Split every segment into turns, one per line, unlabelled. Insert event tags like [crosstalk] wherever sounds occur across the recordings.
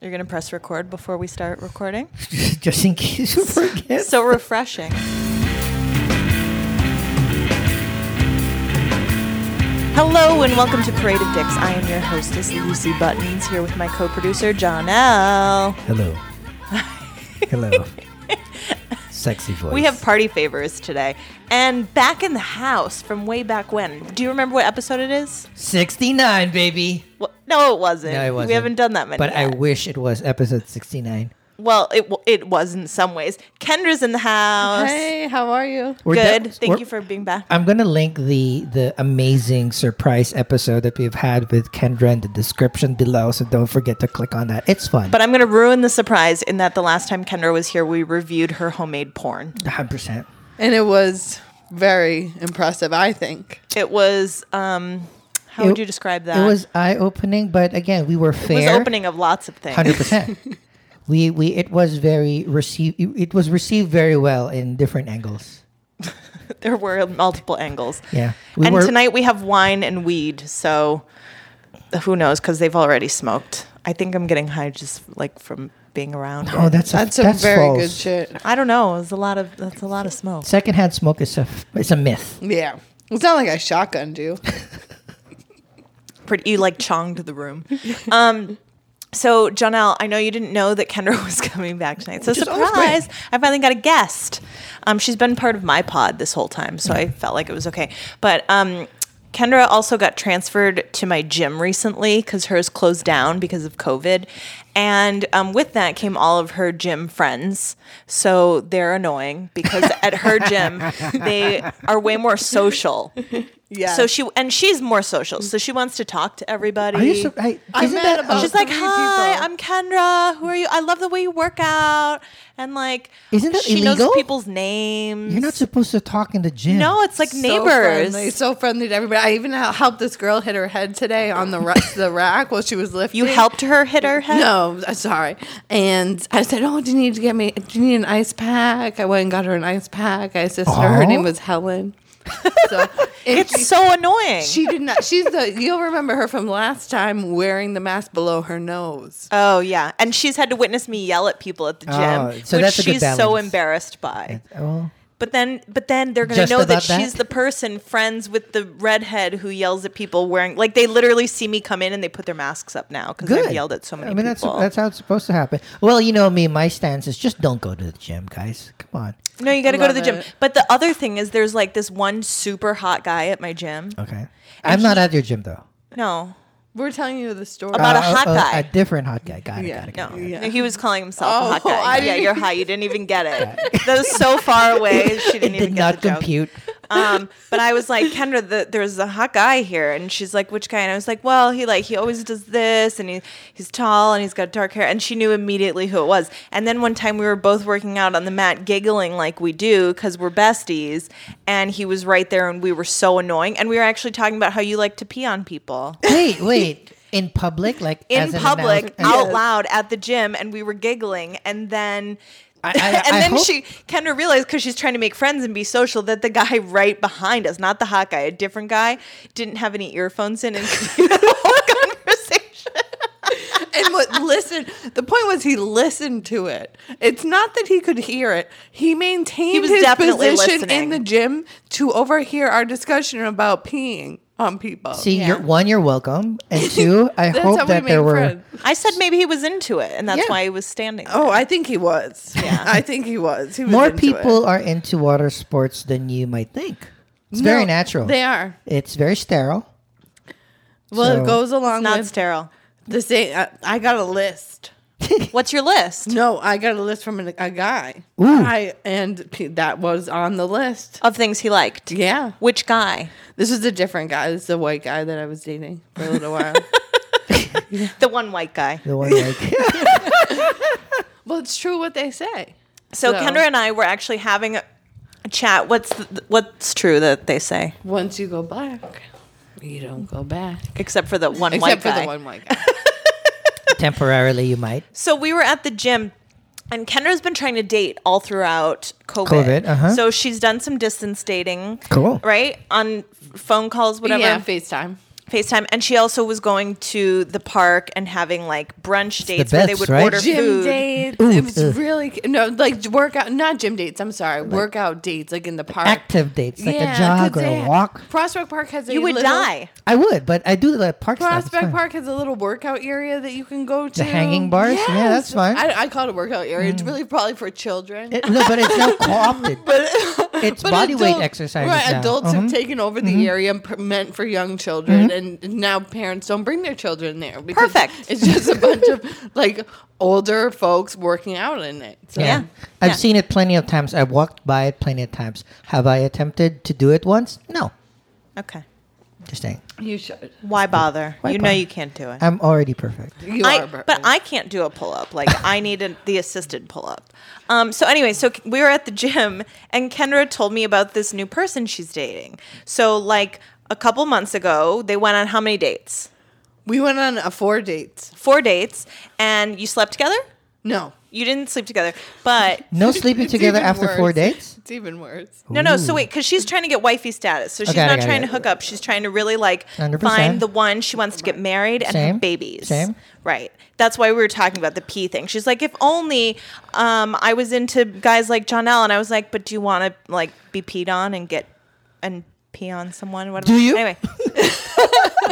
You're going to press record before we start
[laughs]
recording?
just in case you forget.
So refreshing. Hello and welcome to Parade of Dicks. I am your hostess, Lucy Buttons, here with my co producer, John L. [laughs]
Hello. Hello. Sexy voice.
We have party favors today. And back in the house from way back when. Do you remember what episode it is?
69, baby.
Well, no, it wasn't.
No, it wasn't.
We haven't done that many.
But I
yet.
wish it was episode 69.
well, it w- it was in some ways. Kendra's in the house.
Hey, how are you?
We're
Good.
done-
Thank
we're-
you for being back.
I'm gonna link the the amazing surprise episode that we've had with Kendra in the description below, so don't forget to click on that. It's fun.
But I'm going to ruin the surprise in that the last time Kendra was here, we reviewed her homemade porn.
100. percent
And it was very impressive, I think.
It was, um, how would you describe that?
It was eye opening, but again, we were fair.
It was opening of lots of things.
Hundred percent. [laughs] We we it was very received. It was received very well in different angles.
[laughs] There were multiple angles.
Yeah. We
and
were-
tonight we have wine and weed, so uh, who knows? Because they've already smoked. I think I'm getting high just like from being around.
Oh,
it.
that's a,
That's a very good
false.
shit.
I don't know. It's a lot of that's a lot of smoke.
Secondhand smoke is a it's a myth.
Yeah. It's not like I shotgunned you.
pretty you like chonged the room. Um, so Janelle, I know you didn't know that Kendra [laughs] was coming back tonight. So
is always
surprise! I finally got a guest. Um, she's been part of my pod this whole time, so I felt like it was okay. But um, Kendra also got transferred to my gym recently because hers closed down because of COVID, and um, with that came all of her gym friends. So they're annoying because at her gym they are way more social.
Yeah.
So she and she's more social, so she wants to talk to everybody.
Are you sur- I, isn't
I'm mad
that
about
She's like,
Three
"Hi,
people.
I'm Kendra. Who are you? I love the way you work out." And like,
Isn't that
she knows
illegal?
people's names?
you're not supposed to talk in the gym?
no, it's like
[laughs] So
neighbors.
friendly, so friendly to everybody. I even hel- helped this girl hit her head today on [laughs] the rest the rack while she was lifting.
you helped her hit her head.
No, I'm sorry. And I said, "Oh, do you need to get me? Do you need an ice pack?" I went and got her an ice pack. I assisted her.
Aw.
Her name was [laughs] Helen. So it's
It's so annoying.
she did not. She's the. You'll remember her from last time wearing the mask below her nose.
oh yeah, and she's had to witness me yell at people at the gym,
Oh, so
which
that's a good
she's so
balance.
embarrassed by.
Oh,
But then, but then they're gonna
Just
know that
about that?
she's the person friends with the redhead who yells at people wearing. Like they literally see me come in and they put their masks up now because
good.
I've yelled at so many
I mean,
people.
that's that's how it's supposed to happen. Well, you know me. My stance is just don't go to the gym, guys. Come on.
no, you got to go to the
Love
gym.
it.
But the other thing is, there's like this one super hot guy at my gym.
Okay. I'm not at your gym though. Uh,
No,
We're telling you the story.
About- Not a hot guy.
a different hot guy. Got it.
Yeah.
Got it.
no,
Got it.
Yeah.
he was calling himself
Oh,
a hot guy.
I
yeah,
didn't-
you're hot. You didn't even get
[laughs]
it. that was so far away. She didn't even
Did
get
not
the joke.
compute.
[laughs] um, but I was like, Kendra, the, there's a hot guy here, and she's like, which guy? And I was like, well, he like he always does this, and he he's tall, and he's got dark hair, and she knew immediately who it was. And then one time we were both working out on the mat, giggling like we do because we're besties, and he was right there, and we were so annoying, and we were actually talking about how you like to pee on people
Wait, wait. In public, like
in
as an
public
announce-
out loud at the gym and we were giggling and then
I- I-
[laughs] and
I
then
hope-
she Kendra realized because she's trying to make friends and be social that the guy right behind us, not the hot guy, a different guy, didn't have any earphones in and [laughs] continued the whole conversation.
and what listen the point was he listened to it it's not that he could hear it he maintained
was
his
definitely
position
listening.
in the gym to overhear our discussion about peeing on people
See,
Yeah.
you're, one, you're welcome, and
[laughs]
two, I
that's
hope
how
that
we
there
made
were.
friends
I said maybe he was into it and that's
Yeah.
why he was standing. there.
oh i think he was
Yeah.
i think he was he was
More
into it.
people are into water sports than you might think. It's very
No,
natural.
they are
It's very
[laughs]
sterile.
well
So-
it goes along
not
with
sterile.
the same I, I got a list
What's your list
no i got a list from an, a guy
Ooh.
I, and pe- that was on the list
of things he liked?
yeah
Which guy?
this is a different guy this is a white guy that i was dating for a little while
The one white guy.
The one like
[laughs] Well, it's true what they say.
So,
So-
Kendra and I were actually having a a chat. What's the, what's true that they say?
Once you go back, you don't go back.
Except for the one white
Except
guy.
for the one white guy.
temporarily, you might.
So we were at the gym, and Kendra's been trying to date all throughout COVID.
COVID, uh-huh.
So she's done some distance dating.
Cool.
Right on phone calls, whatever.
yeah, FaceTime.
FaceTime, and she also was going to the park and having like brunch dates where they
best,
would
right?
order
Or
gym
food.
dates. it was really no like workout, not gym dates. I'm sorry, workout dates like in the park.
Active dates, like a
'cause
jog or
they-
a walk.
Prospect Park has a
You would
little-
die.
I would, but I do the park stuff. it's
Prospect
fine.
Park has a little workout area that you can go to.
hanging bars? Yeah, that's fine. Mm.
I, I call it a workout area. It's really probably for children.
It- no, but it's
[laughs]
now co-opted. it's
But
body weight
adult-
exercises
Right,
now.
adults
Uh-huh.
have taken over the area and per- meant for young children,
Mm-hmm.
and now parents don't bring their children there. Because
Perfect.
It's just a bunch of [laughs] like older folks working out in it. So.
Yeah.
Yeah.
I've
Yeah.
seen it plenty of times. I've walked by it plenty of times. Have I attempted to do it once? No.
Okay.
Just saying.
You should.
Why bother?
Why
you know
bother?
you can't do it.
I'm already perfect.
You
I,
are, Bert.
but I can't do a pull up. Like I need a, the assisted pull up. Um, so anyway, so K- we were at the gym, and Kendra told me about this new person she's dating. So like a couple months ago, they went on how many dates?
we went on a four dates.
Four dates, and you slept together.
No,
You didn't sleep together, but
No sleeping
It's
together
even
after four
worse.
dates?
It's even worse.
No, no. So wait, because she's trying to get wifey status, so she's
Okay, I
not
got it,
trying to
I got
hook up. She's trying to really like
100%.
find the one she wants to get married and
Same,
have babies.
same.
Right. That's why we were talking about the P thing. She's like, if only um, I was into guys like John L. And I was like, but do you want to like be peed on and get and pee on someone? What
Do you? [laughs]
Anyway. [laughs]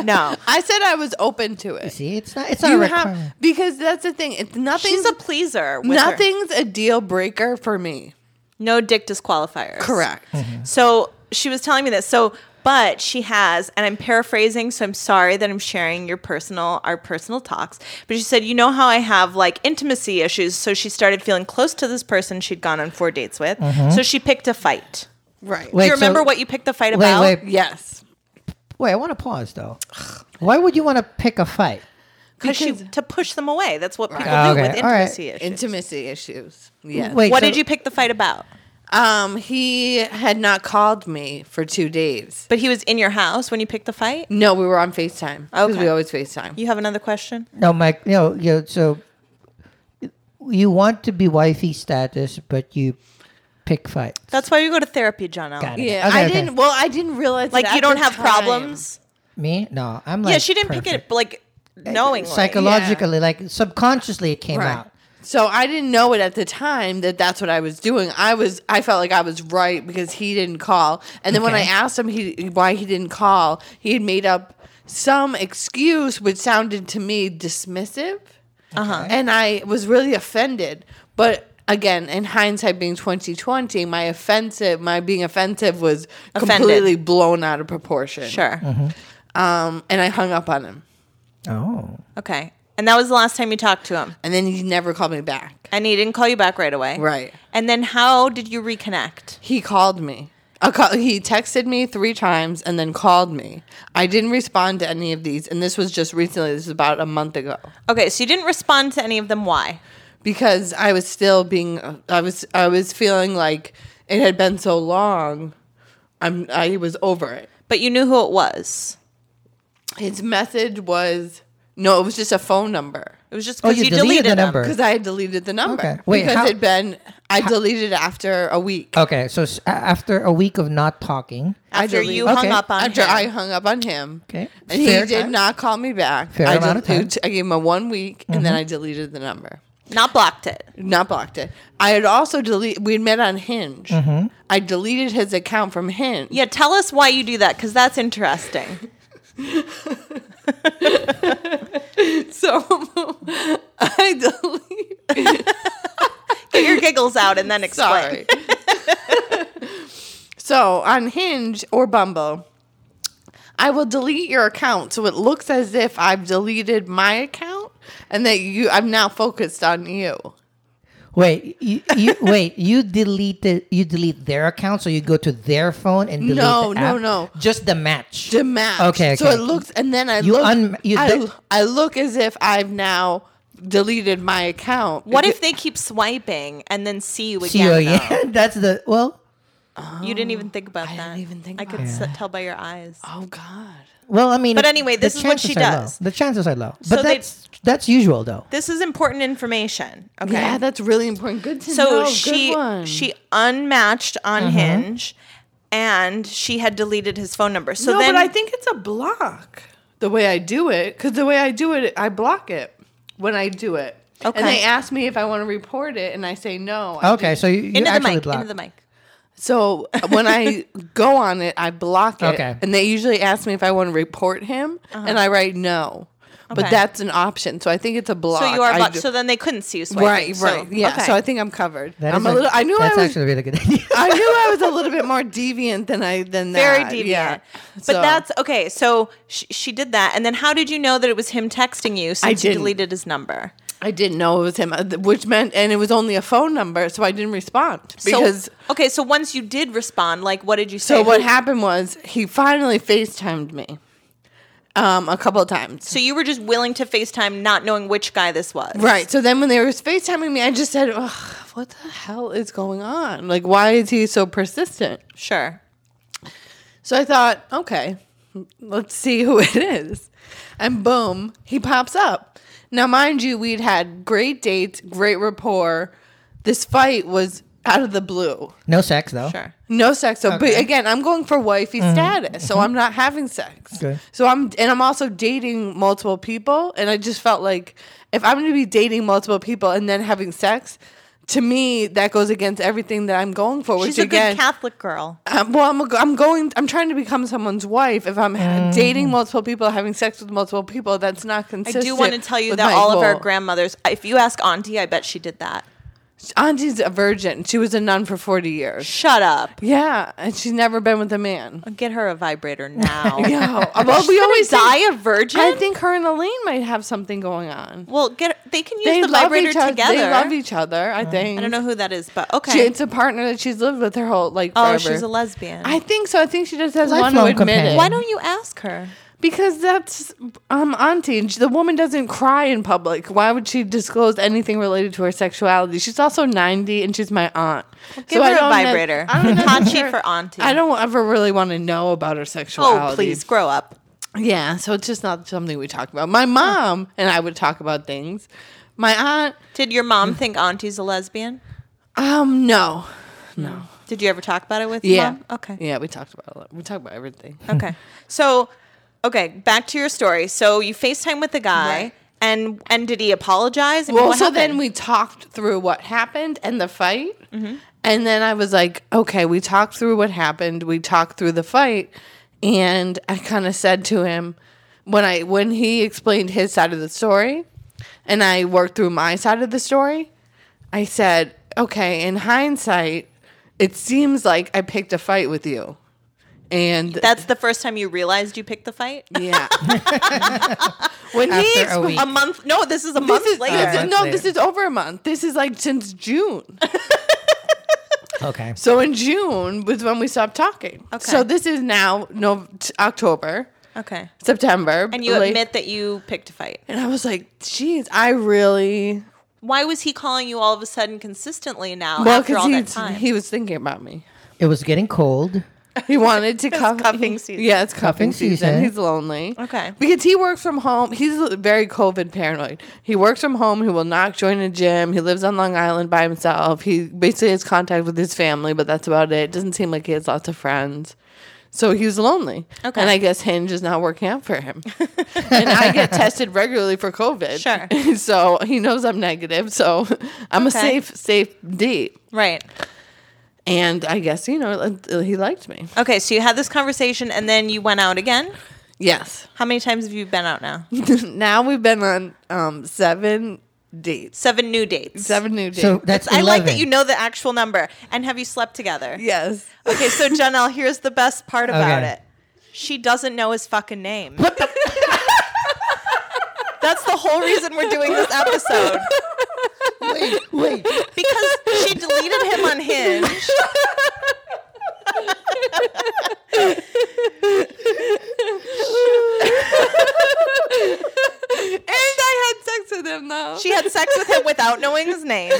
no.
I said I was open to it.
See, it's not. It's not a
You
requirement.
have because that's the thing. It's nothing.
She's a pleaser. With her.
nothing's a deal breaker for me.
No dick disqualifiers.
Correct.
So she was telling me this. So, but she has, and I'm paraphrasing, so I'm sorry that I'm sharing your personal, our personal talks. But she said, you know how I have like intimacy issues. So she started feeling close to this person she'd gone on four dates with. So she picked a fight.
Right.
Do
Mm-hmm. Wait,
you remember
so-
what you picked the fight
wait,
about?
wait,
Yes.
wait. I want to pause though. Why would you want to pick a fight?
Because she
because-
to push them away. That's what people
Ah,
do
okay.
with
All right.
intimacy issues.
Intimacy issues. Yes.
Wait,
what
so-
did you pick the fight about?
Um, he had not called me for two days.
But he was in your house when you picked the fight.
No, we were on FaceTime. Because
Okay.
we always FaceTime.
You have another question?
No, Mike. You know, you know, so you want to be wifey status, but you pick fight.
That's why you go to therapy, John. L.
Got it.
Yeah.
Okay,
I
okay.
didn't well, I didn't realize
Like
it
you
at
don't
the
have
time.
problems.
Me? No, I'm like.
Yeah, she didn't pick
perfect.
it like knowingly.
Psychologically, like subconsciously, it came
Right.
out.
So I didn't know it at the time that that's what I was doing. I was I felt like I was right because he didn't call. And then when I
Okay.
asked him he why he didn't call, he had made up some excuse which sounded to me dismissive. Uh-huh. And I was really offended. But again, in hindsight being 2020, my offensive, my being offensive was
Offended.
completely blown out of proportion.
Sure.
Um and I hung up on him.
Oh.
Okay. And that was the last time you talked to him.
And then he never called me back.
And he didn't call you back right away.
Right.
And then how did you reconnect?
He called me. A call, he texted me three times and then called me. I didn't respond to any of these, and this was just recently. This is about a month ago
Okay, so you didn't respond to any of them. Why?
because I was still being. I was. I was feeling like it had been so long. I'm. I was over it.
But you knew who it was.
His message was no. It was just a phone number
It was just
Oh,
because
you
you,
deleted
deleted,
the
them.
number.
because I had deleted the number.
Okay. Wait,
because
how-
it'd been. I deleted it after a week.
Okay, so s- a- after a week of not talking,
Oh, I
After
delete-
you
Okay.
hung up on
after
him.
I hung up on him.
Okay.
And he
Fair
did
time.
not call me back.
Fair
I
amount of time. Mm-hmm.
deleted- I gave him a one week and then I deleted the number.
Not blocked it.
Not blocked it. I had also deleted, we'd met on Hinge.
Mm-hmm.
I deleted his account from Hinge.
Yeah, tell us why you do that because that's interesting.
So [laughs] I deleted.
Get your giggles out and then explain.
Sorry. [laughs] so on Hinge or Bumble, I will delete your account so it looks as if I've deleted my account and that you I'm now focused on you.
wait, you, you wait, you deleted you delete their account, so you go to their phone and delete
No,
the
no,
app?
no.
just the match,
The match.
Okay,
So
okay.
it looks, and then I
You
look.
un- you-
I,
that-
I look as if I've now deleted my account.
What if they keep swiping and then see you again?
See you
though?
again. [laughs] That's the well,
You didn't even think about
I
that.
didn't even think
I
about
could s- tell by your eyes.
Oh God.
well. I mean,
But anyway,
the
this is what she
chances are low.
does.
The chances are low, but
So they-
that's that's usual though.
This is important information. Okay.
Yeah, that's really important. Good to know.
so
Good
she
one. Uh-huh.
she unmatched on Hinge, and she had deleted his phone number. So
no,
then
but I think it's a block. the way I do it because the way I do it, I block it when I do it.
Okay.
And they ask me if I want to report it, and I say no. I
Okay, so you, you
Into the
actually
mic.
block.
Into the mic.
So
[laughs]
when I go on it, I block it.
Okay.
And they usually ask me if I want to report him, and I write no. But
Uh-huh. Okay.
that's an option. So I think it's a block.
So you are
Uh, I
blocked.
do-
So then they couldn't see you swiping.
right,
so-
right. yeah.
okay.
So I think I'm covered.
That
I'm
is
a little. I knew I
That's
was.
actually a really good idea.
[laughs]
[laughs]
I knew I was a little bit more deviant than I than
very
that.
deviant.
Yeah.
But
So-
that's okay. So sh- she did that, and then how did you know that it was him texting you? Since
I
you
didn't.
deleted his number.
I didn't know it was him, uh, th- which meant, and it was only a phone number, so I didn't respond because.
so, okay, so once you did respond, like what did you say?
So what
Who-
happened was he finally FaceTimed me um, a couple of times.
So you were just willing to Facetime, not knowing which guy this was.
Right. So then when they were FaceTiming me, I just said, Ugh, what the hell is going on? Like, why is he so persistent?
Sure.
So I thought, okay, let's see who [laughs] it is. And boom, he pops up. Now, mind you, we'd had great dates, great rapport. This fight was out of the blue.
No sex though.
Sure.
No sex. So, but
Okay.
again, I'm going for wifey
Mm-hmm.
status, so I'm not having sex.
Okay.
So I'm and I'm also dating multiple people, and I just felt like if I'm going to be dating multiple people and then having sex, to me that goes against everything that I'm going for. Which
She's a
again,
good Catholic girl.
um, well, I'm, a- I'm going. I'm trying to become someone's wife. If I'm ha dating multiple people, having sex with multiple people, that's not
Mm-hmm. I
consistent.
do want to tell you
with
that
my
all of our
goal.
grandmothers, if you ask Auntie, I bet she did that.
auntie's a virgin. She was a nun for forty years.
Shut up.
Yeah, and she's never been with a man.
Get her a
[laughs]
vibrator now. [laughs]
Yo, well,
She's
we
gonna
always think-
die a virgin.
I think her and Elaine might have something going on.
well, get they can use
They
the
love
vibrator
each oth-
together.
They love each other. I think.
I don't know who that is, but okay.
She, it's a partner that she's lived with her whole like.
oh,
forever.
she's a lesbian.
I think so. I think she just doesn't want to
Lifelong
admit
companion.
it.
Why don't you ask her?
Because that's um auntie. And she- the woman doesn't cry in public. Why would she disclose anything related to her sexuality? She's also ninety and she's my aunt.
Give
So I
her a
don't ne-
vibrator.
I don't
Hachi
necessar-
for Auntie.
I don't ever really want to know about her sexuality.
Oh, please grow up.
Yeah, so it's just not something we talk about. My mom and I would talk about things. My aunt,
Did your mom think Auntie's a lesbian?
um, no.
Did you ever talk about it with your
Yeah.
mom? Okay.
Yeah, we talked about a lot. We talked about everything.
Okay. So, okay, back to your story. So you FaceTime with the guy,
Right.
and and did he apologize? I mean,
Well,
what
so then
happened? Mm-hmm.
we talked through what happened and the fight. And then I was like, okay, we talked through what happened. We talked through the fight. And I kind of said to him when I when he explained his side of the story and I worked through my side of the story, I said, okay, in hindsight, it seems like I picked a fight with you. And
That's the first time you realized you picked the fight.
[laughs]
[laughs]
yeah. when he
After a
expl-
week.
A month? No, this is a month
this is,
later.
this is-
month
no,
later.
this is over a month. This is like since June.
Okay.
So in June was when we stopped talking.
Okay.
So this is now no t- October,
okay.
September,
And you
like-
admit that you picked a fight.
And I was like, "Jeez, I really
Why was he calling you all of a sudden consistently now
well
after all that
because
time?
he was thinking about me.
It was getting cold.
He wanted to cuff
cuffing
he-
season.
Yeah, it's cuffing,
Cuffing
season.
season.
He's lonely.
Okay.
because he works from home. He's very COVID paranoid. He works from home. He will not join a gym. He lives on Long Island by himself. He basically has contact with his family, but that's about it. Doesn't seem like he has lots of friends. So he's lonely.
Okay.
And I guess Hinge is not working out
[laughs]
for him. and I get tested regularly for COVID.
Sure.
[laughs] so he knows I'm negative. So I'm a
Okay.
safe, safe date.
right.
And I guess, you know, he liked me.
Okay, so you had this conversation and then you went out again.
Yes.
How many times have you been out now?
[clears throat] now we've been on um, seven dates.
Seven new dates.
Seven new dates.
So that's
I
11.
like that you [laughs]
[laughs]
know the actual number. And have you slept together?
yes.
Okay,
[laughs]
so Janelle, here's the best part about
Okay.
it. She doesn't know his fucking name. That's the whole reason we're doing this episode.
Wait, wait.
Because she deleted him on Hinge.
And I had sex with him though.
She had sex with him without knowing his name.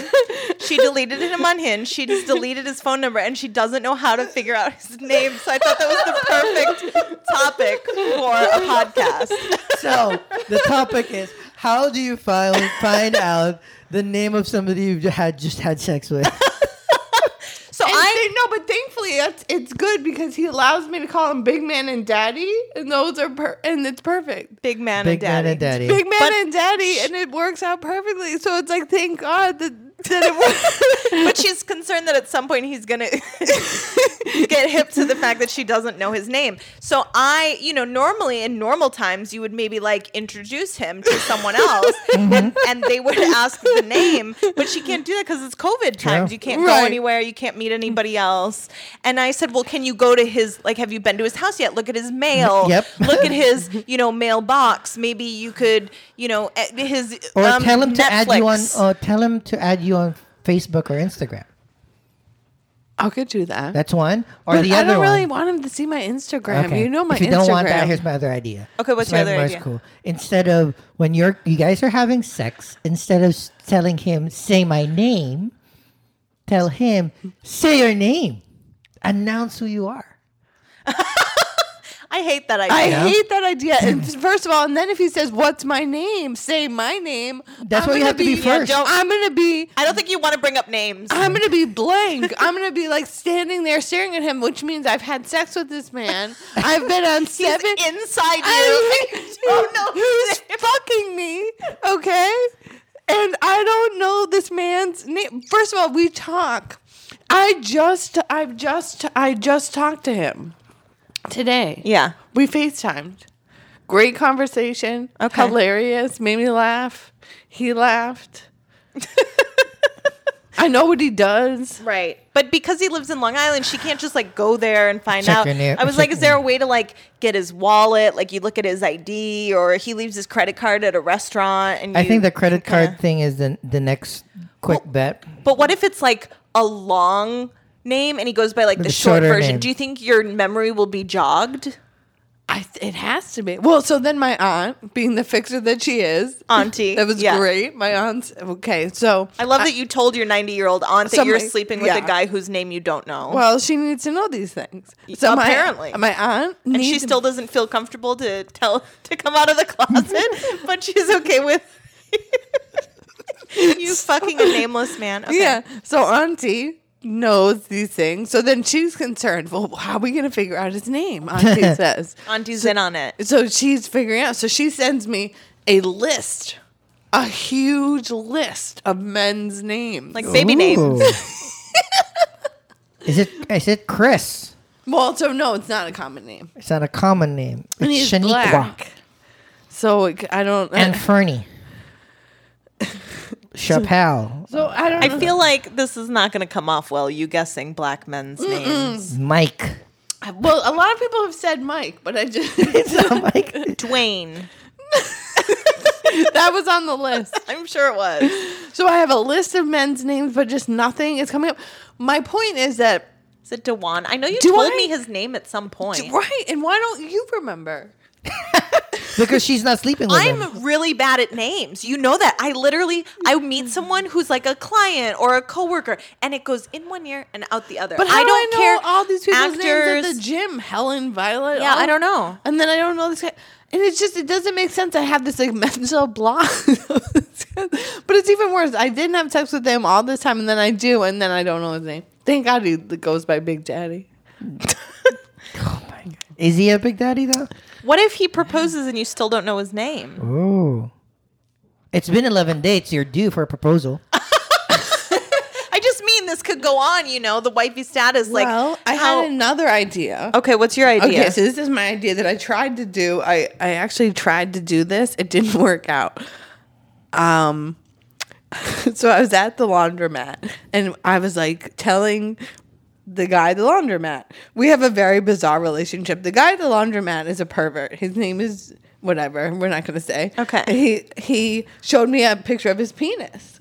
She deleted him on Hinge. She just deleted his phone number and she doesn't know how to figure out his name. So I thought that was the perfect topic for a podcast.
So the topic is how do you find find out
[laughs]
the name of somebody you've had just had sex with?
So I
no, but thankfully actually, it's, it's good because he allows me to call him Big Man and Daddy, and those are per- and it's perfect.
Big man and
Big
daddy.
man and daddy.
Big Man
But-
and Daddy, and it works out perfectly. So it's like, thank God that, that it works.
But she's concerned that at some point he's gonna [laughs] get hip to the fact that she doesn't know his name. So I, you know, normally in normal times you would maybe like introduce him to someone
[laughs]
else,
Mm-hmm.
and, and they would ask the name. But she can't do that because it's COVID times. You can't
Right.
go anywhere. You can't meet anybody else. And I said, well, can you go to his? Like, have you been to his house yet? Look at his mail.
[laughs] Yep.
Look at
[laughs]
his, you know, mailbox. Maybe you could, you know, eh, his
Or
um,
tell him to add you on. uh,
Netflix.
Or tell him to add you on Facebook or Instagram.
I could do that.
That's one. Or
but
the
I
other
don't really
one.
want him to see my Instagram. You know my
if you
Instagram.
don't want that, here's my other idea.
Okay, what's
It's
your
my
other
most
idea?
Cool. Instead of when you're you guys are having sex, instead of s- telling him say my name, tell him say your name, announce who you are.
I hate that idea.
I
Yeah.
hate that idea.
[laughs]
And first of all, and then if he says, "What's my name?" Say my name.
That's
I'm
what you
gonna
have to be
yeah,
first.
don't- I'm gonna be.
I don't think you want to bring up names.
I'm
[laughs]
gonna be blank. I'm gonna be like standing there staring at him, which means I've had sex with this man. I've
[laughs]
been on
He's
seven.
inside you. Oh,
I
[laughs] don't know
who's
his name.
fucking me. Okay, and I don't know this man's name. First of all, we talk. I just, I've just, I just talked to him today.
Yeah.
We FaceTimed. Great conversation.
Okay.
Hilarious. Made me laugh.
[laughs]
He laughed. I know what he does.
Right. But because he lives in Long Island, she can't just like go there and find
Check
out.
your na-
I was
check
like, is
your-
there a way to like get his wallet? Like you look at his ID or he leaves his credit card at a restaurant and
I
you-
think uh, the credit
kinda-
card thing is the the next quick bet.
But what if it's like a long name and he goes by like the,
The
short
shorter
version?
name.
Do you think your memory will be jogged?
I th- it has to be. Well, so then my aunt, being the fixer that she is,
Auntie.
[laughs] that was
Yeah.
great. My aunt's okay. So
I love that you told your 90 year old aunt that you're
Somebody-
sleeping with
yeah.
a guy whose name you don't know.
well, she needs to know these things. So my-
Apparently.
my, aunt
and she
needs-
still doesn't feel comfortable to tell to come out of the closet, but she's okay with [laughs] you fucking a nameless man. Okay.
Yeah. So Auntie knows these things. So then she's concerned. Well, how are we going to figure out his
[laughs]
name? Auntie says.
Auntie's in on it.
So she's figuring out. So she sends me a list, a huge list of men's names.
Like baby name.
Ooh. is it is it Chris?
well, so no, it's not a common name.
It's not a common name.
And
It's
he's
Shaniqua
black. So it, I don't.
and Fernie. [laughs] Chappelle,
so I don't.
I
know.
feel like this is not going to come off well. You guessing black men's names.
Mike.
Well, a lot of people have said Mike, but I
[laughs]
just [laughs] that
Mike.
Dwayne.
was on the list.
I'm sure it was.
So I have a list of men's names, but just nothing is coming up. My point is that
Is it Dewan? I know you
Do
told
I-
me his name at some point.
right, and why don't you remember?
because she's not sleeping with him.
I'm really bad at names. You know that. I literally I meet someone who's like a client or a coworker, and it goes in one ear and out the other.
But how
I
do
don't
I
care
know all these people's names at the gym. Helen Violet.
Yeah,
all-
I don't know.
And then I don't know this guy. And it's just it doesn't make sense. I have this like [laughs] mental block. but it's even worse. I didn't have sex with him all this time, and then I do, and then I don't know his name. Thank God he goes by Big Daddy.
Is he a big daddy though?
What if he proposes and you still don't know his name?
Oh. It's been 11 dates. You're due for a [laughs] proposal.
I just mean this could go on. You know, the wifey status. Like,
well, I
how-
had another idea.
okay, what's your idea?
Okay, so this is my idea that I tried to do. I, I actually tried to do this. It didn't [laughs] work out. Um [laughs] so I was at the laundromat and I was like telling the guy at the laundromat. We have a very bizarre relationship. The guy at the laundromat is a pervert. His name is whatever. We're not gonna say.
Okay.
He he showed me a picture of his penis.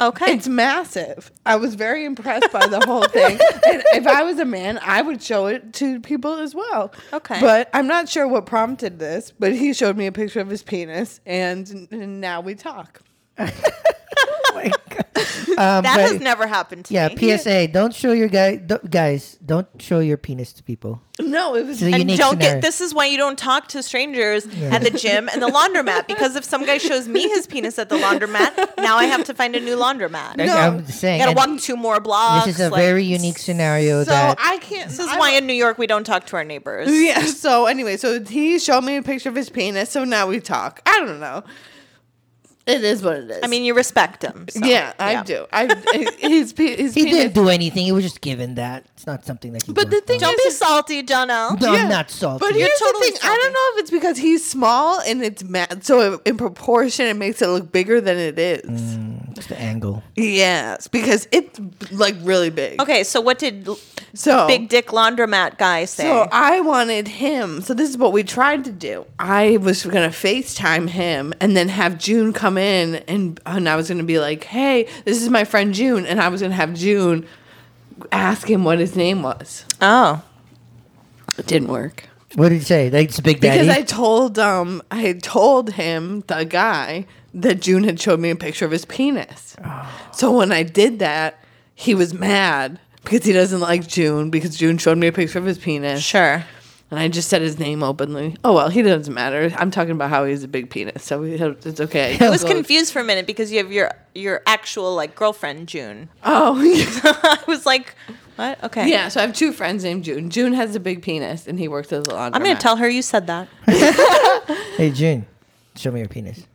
okay,
It's massive. I was very impressed by the
[laughs]
whole thing. And if I was a man, I would show it to people as well.
Okay.
But I'm not sure what prompted this, but he showed me a picture of his penis and, and now we talk.
oh my God. Um,
That
but-
has never happened to
Yeah,
me.
PSA, don't show your guy don't, guys, don't show your penis to people.
No, it was.
It's a
And
unique
don't
scenario.
get this is why you don't talk to strangers at the gym and the laundromat because if some guy shows me his penis at the laundromat, now I have to find a new laundromat.
Like, I'm
I
saying
gotta
and
walk two more blocks.
this is a
like,
very unique scenario
So
that
I can't.
This is
I
why
don't-
in New York we don't talk to our
[laughs]
neighbors.
Yeah. So anyway, so he showed me a picture of his penis. So now we talk. I don't know. It is what it is.
I mean, you respect them. so,
yeah, I do. I [laughs] his pe- his
he
penis.
didn't do anything. He was just given that. It's not something that he
But the
worked
thing
on.
Don't be salty, Janelle.
No,
Yeah.
I'm not salty.
But here's
totally
the thing: I don't
salty.
know if it's because he's small and it's mad, so in proportion it makes it look bigger than it is.
It's the angle.
Yes, because it's like really big.
Okay, so what did l-
so
Big Dick Laundromat guy say?
Oh. So I wanted him. So this is what we tried to do. I was gonna FaceTime him and then have June come in and and I was gonna be like, Hey, this is my friend June and I was gonna have June ask him what his name was.
oh,
It didn't work.
What did he say? Like, it's a big daddy.
Because I told um I had told him the guy that June had showed me a picture of his penis.
Oh.
So when I did that, he was mad because he doesn't like June because June showed me a picture of his penis.
sure.
And I just said his name openly. Oh well, he doesn't matter. I'm talking about how he's a big penis, so he- it's okay.
[laughs] I
Oh,
was confused for a minute because you have your your actual like girlfriend June. [laughs]
Oh [laughs] yeah.
I was like, what? Okay.
yeah. So I have two friends named June. June has a big penis, and he works as a laundromat.
I'm gonna tell her you said that.
hey, June, show me your penis.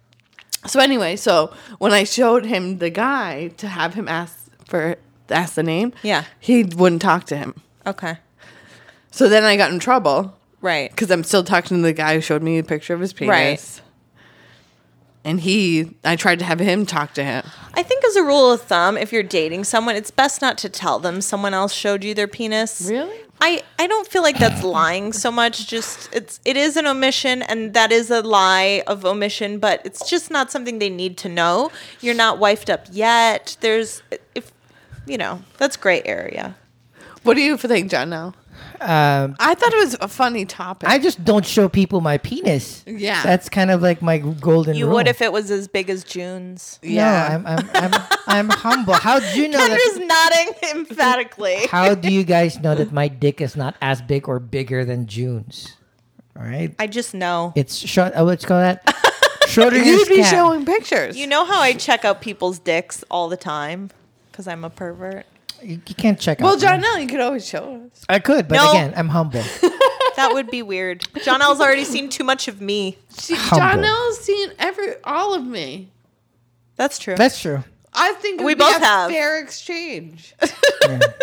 So anyway, so when I showed him the guy to have him ask for ask the name,
Yeah.
he wouldn't talk to him.
Okay.
So then I got in trouble
Right.
because I'm still talking to the guy who showed me a picture of his penis.
Right.
And he, I tried to have him talk to him.
I think as a rule of thumb, if you're dating someone, it's best not to tell them someone else showed you their penis.
Really?
I, I don't feel like that's lying so much. Just it's it is an omission and that is a lie of omission, but it's just not something they need to know. You're not wifed up yet. There's if you know, that's gray area.
What do you think, John? Now
Um,
I thought it was a funny topic.
I just don't show people my penis.
Yeah.
that's kind of like my golden.
You
rule.
would if it was as big as June's.
Yeah.
No, I'm, I'm, I'm, I'm humble. How do
[laughs]
you know
Kendra's
that?
nodding [laughs] emphatically.
How do you guys know that my dick is not as big or bigger than June's? All right,
I just know.
it's short. Oh, let's call
[laughs]
that Schrodinger's
You'd be
cat.
showing pictures.
You know how I check out people's dicks all the time because I'm a pervert.
You, you can't check.
well,
out mine.
John, no, you could always show us.
I could, but
No.
again, I'm
[laughs]
humble.
That would be weird. Jonelle's already seen too much of me.
She,
Humble.
Jonelle's seen every all of me.
That's true.
That's true.
I think it
We
would be
both
a
have.
fair
[laughs]
exchange.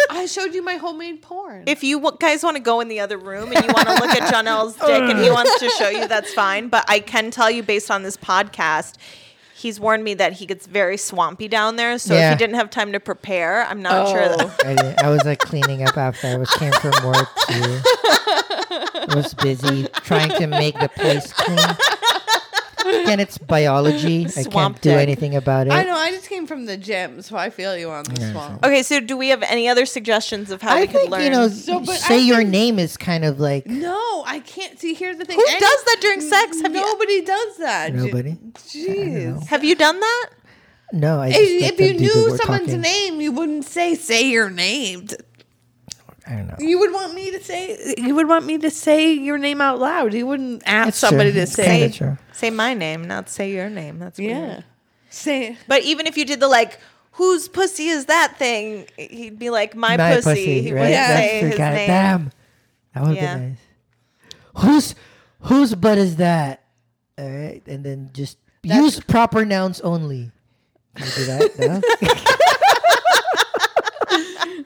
I showed you my homemade porn.
if you w- guys want to go in the other room and you want to look at
[laughs]
Jonelle's dick and he wants to show you, that's fine. But I can tell you, based on this podcast, he's warned me that he gets very swampy down there. So if
Yeah.
he didn't have time to prepare, I'm not sure. That-
I, did. I was like cleaning up after I was came from work too. I was busy trying to make the place clean. Again, it's
[laughs]
biology. I
Swamp
can't do
dick.
anything about it.
I know. I just came from the gym, so I feel you on this one.
okay, so do we have any other suggestions of how
I
we could
think
learn?
you know,
So, but
say
I
your
think-
name is kind of like
No, I can't. See, here's the thing.
Who does that during sex? Have you-
nobody does that. Ju-
nobody.
Jeez.
have you done that?
No, I. Just let
If, if
them
you
do the
knew
work
someone's
talking.
name, you wouldn't say "say your name." t-
I don't know.
You would want me to say. You would want me to say your name out loud. You wouldn't ask
That's
somebody
true.
to
It's kinda
say.
true.
Say my name, not say your name. That's
Yeah.
weird.
Say.
But even if you did the like, whose pussy is that thing? He'd be like, my,
My
pussy.
pussy,
He
right?
wouldn't
Yeah.
say
That's true.
his
God
name.
damn. That would
Yeah.
be nice. Whose whose butt is that? All right, and then just use proper nouns only. Can you do that?
[laughs]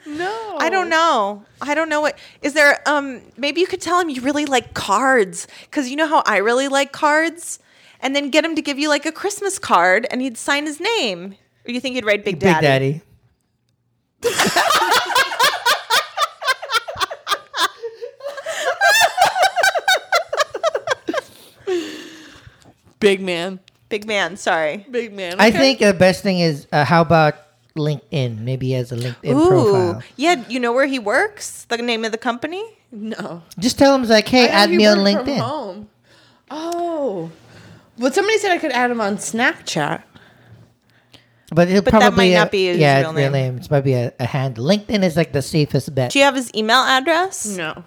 No?
No.
I don't know. I don't know what is there. Um, maybe you could tell him you really like cards because you know how I really like cards, and then get him to give you like a Christmas card, and he'd sign his name. Or you think he'd write Big Daddy?
Big Daddy.
Big man.
Big man. Sorry.
Big man.
I
okay.
think the best thing is uh, how about LinkedIn? Maybe he has a LinkedIn
Ooh,
profile.
yeah. You know where he works? The name of the company?
no.
Just tell him like, hey,
I
add
think
me
he
on
worked from
LinkedIn.
home. Oh. Well, somebody said I could add him on Snapchat.
But it
But that
probably
might
uh,
not be his
yeah,
real
it's real
name.
name. It's probably a, a hand. LinkedIn is like the safest bet.
Do you have his email address?
No.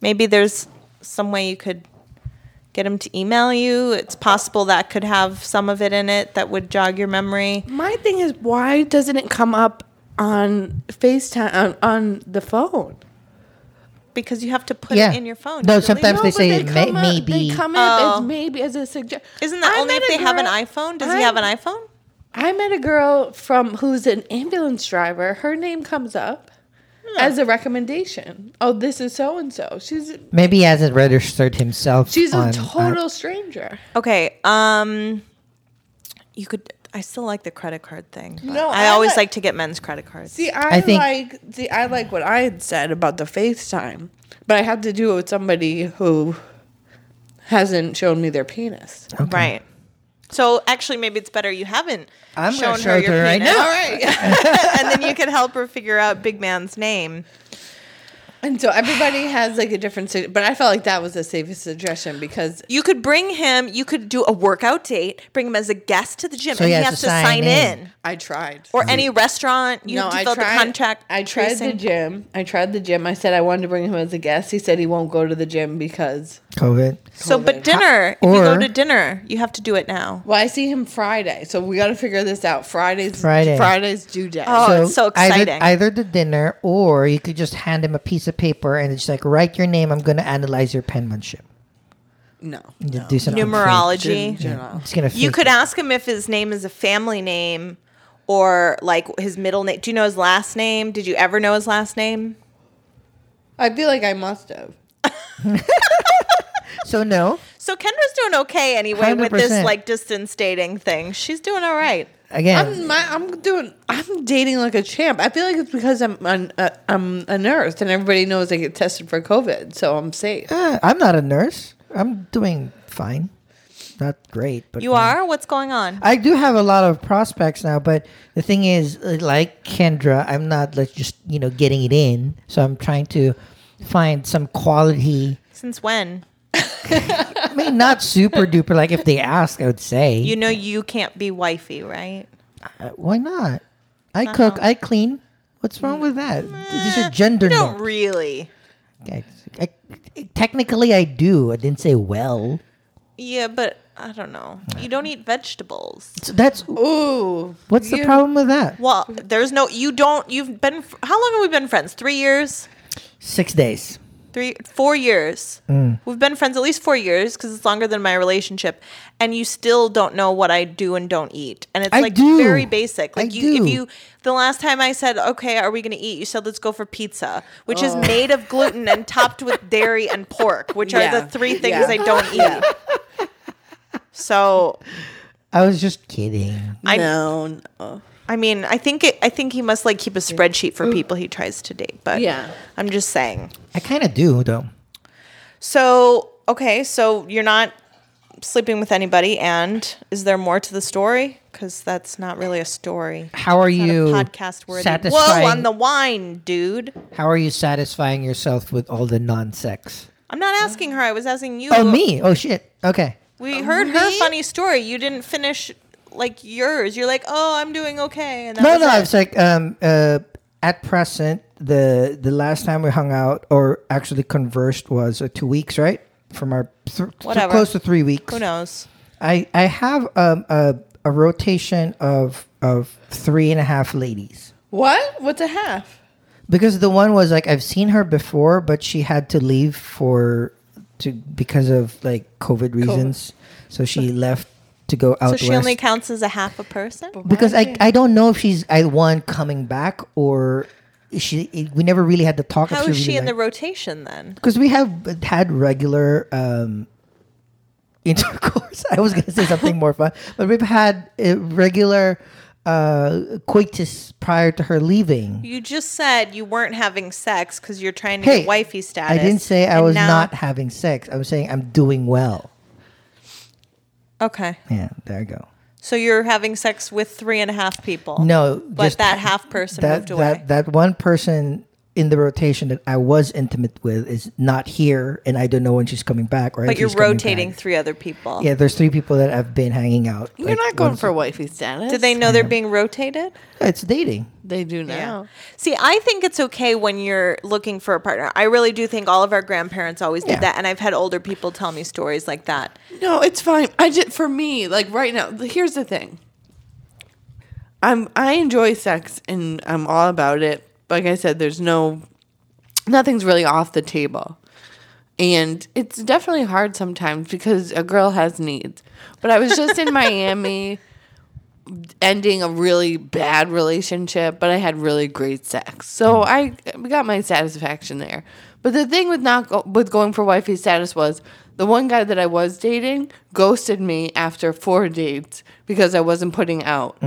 Maybe there's some way you could get him to email you. It's possible that could have some of it in it that would jog your memory.
My thing is, why doesn't it come up on FaceTime on, on the phone?
Because you have to put
Yeah.
it in your phone.
No,
You delete
sometimes
it.
they
but
say it may-
come up-
maybe.
They come up
Oh.
as maybe as a suggestion.
Isn't that only if they have an iPhone? Does he have an iPhone?
I met a girl from who's an ambulance driver. Her name comes up as a recommendation. Oh, this is so and so. She's
Maybe he hasn't registered himself.
she's
on,
a
uh,
total stranger.
Okay. Um, you could. I still like the credit card thing. but
No,
I,
I
always
like-
like to get men's credit cards.
See, I,
I think-
like see, I like what I had said about the FaceTime, but I had to do it with somebody who hasn't shown me
[laughs]
their penis.
Right. So actually, maybe it's better you haven't
I'm
shown
gonna
her
show
your
her right
penis.
now.
[laughs] and then you could help her figure out Big Man's name.
[laughs] And so everybody has like a different, su- but I felt like that was the safest suggestion because
You could bring him. You could do a workout date. Bring him as a guest to the gym,
So
and
he
he has,
has
to sign, in.
I tried.
Or any restaurant. You have to fill out the contract.
I tried
tracing.
the gym. I tried the gym. I said I wanted to bring him as a guest. He said he won't go to the gym because
COVID.
So, but dinner. if you
Or-
go to dinner, you have to do it now.
well, I see him Friday, so we got to figure this out. Friday's
Friday.
Friday's due day.
Oh, it's so
either,
exciting.
either the dinner or you could just hand him a piece of paper and it's like write your name. I'm going to analyze your penmanship.
no,
And just do something fake.
Numerology.
Yeah, it's gonna.
You
fake
could
it.
ask him if his name is a family name or like his middle name. Do you know his last name? Did you ever know his last name?
I feel like I must have.
So no.
So Kendra's doing okay anyway with this
100%.
like distance dating thing. She's doing all right.
Again,
I'm, my, I'm doing. I'm dating like a champ. I feel like it's because I'm un, uh, I'm a nurse, and everybody knows I get tested for COVID, so I'm safe.
uh, I'm not a nurse. I'm doing fine. Not great, but
You
fine.
are? What's going on?
I do have a lot of prospects now, but the thing is, uh, like Kendra, I'm not like just you know getting it in. So I'm trying to find some quality.
Since when?
I mean, not super duper. Like if they ask, I would say,
You know you can't be wifey, right?
Uh, why not? I
Uh-huh.
cook, I clean. What's wrong with that? These are gender
You don't
norms.
really.
I- I- technically, I do. I didn't say well.
Yeah, but I don't know. You don't eat vegetables.
So that's
Ooh,
what's the
you-
problem with that?
Well, there's no you don't you've been how long have we been friends? 3 years?
Six days.
three four years
Mm.
we've been friends at least four years because it's longer than my relationship and you still don't know what i do and don't eat and it's
I
like
do.
very basic like
I
you
do.
if you the last time i said okay are we going to eat you said let's go for pizza which
Oh.
is made of gluten and topped with dairy and pork which are
Yeah.
the three things
Yeah.
i don't
[laughs]
eat so
I was just kidding.
I-
no, no.
i mean i think it, i think he must like keep a spreadsheet for people he tries to date but
Yeah.
i'm just saying
I kind of do though.
So, okay, so you're not sleeping with anybody, and is there more to the story? Because that's not really a story.
How are
Not a
you
podcast worthy? Whoa,
satisfying-
on the wine, dude.
How are you satisfying yourself with all the non-sex?
I'm not asking her. I was asking you.
Oh, me. Oh, shit. Okay.
We heard her funny story. You didn't finish like yours. You're like, oh, I'm doing okay. And that
No,
was
no.
it.
I was like, um, uh, at present, the the last time we hung out or actually conversed was uh, two weeks, right? From our th-
Whatever.
close to three weeks.
Who knows?
I I have um, a a rotation of of three and a half ladies.
What? What's a half?
because the one was like I've seen her before, but she had to leave for to because of like COVID reasons, so she left to go out
So she
west.
only counts as a half a person.
because I I don't know if she's I one coming back or she we never really had to talk.
How is she in
[laughs]
the rotation then?
because we have had regular um [laughs] intercourse. I was gonna say something more fun, but we've had uh, regular uh coitus prior to her leaving.
You just said you weren't having sex because you're trying to
hey,
get wifey status.
I didn't say I
and
was
now-
not having sex. I was saying I'm doing well.
Okay.
Yeah, there you go.
So you're having sex with three and a half people.
No,
but
just
that half person
that
moved away.
that that one person in the rotation that I was intimate with is not here, and I don't know when she's coming back. Or
But
if
you're
she's coming
rotating
back.
three other people.
Yeah, there's three people that I've been hanging out.
You're
like,
not going
once-
for wifey status.
Do they know
uh-huh.
they're being rotated?
It's dating.
They do now.
See, I think it's okay when you're looking for a partner. I really do think all of our grandparents always
Yeah.
did that, and I've had older people tell me stories like that.
No, it's fine. I just for me, like right now. Here's the thing. I'm I enjoy sex and I'm all about it. Like I said, there's no nothing's really off the table. And it's definitely hard sometimes because a girl has needs. But I was just in Miami ending a really bad relationship, but I had really great sex. So I got my satisfaction there. But the thing with not go- with going for wifey status was the one guy that I was dating ghosted me after four dates because I wasn't putting out.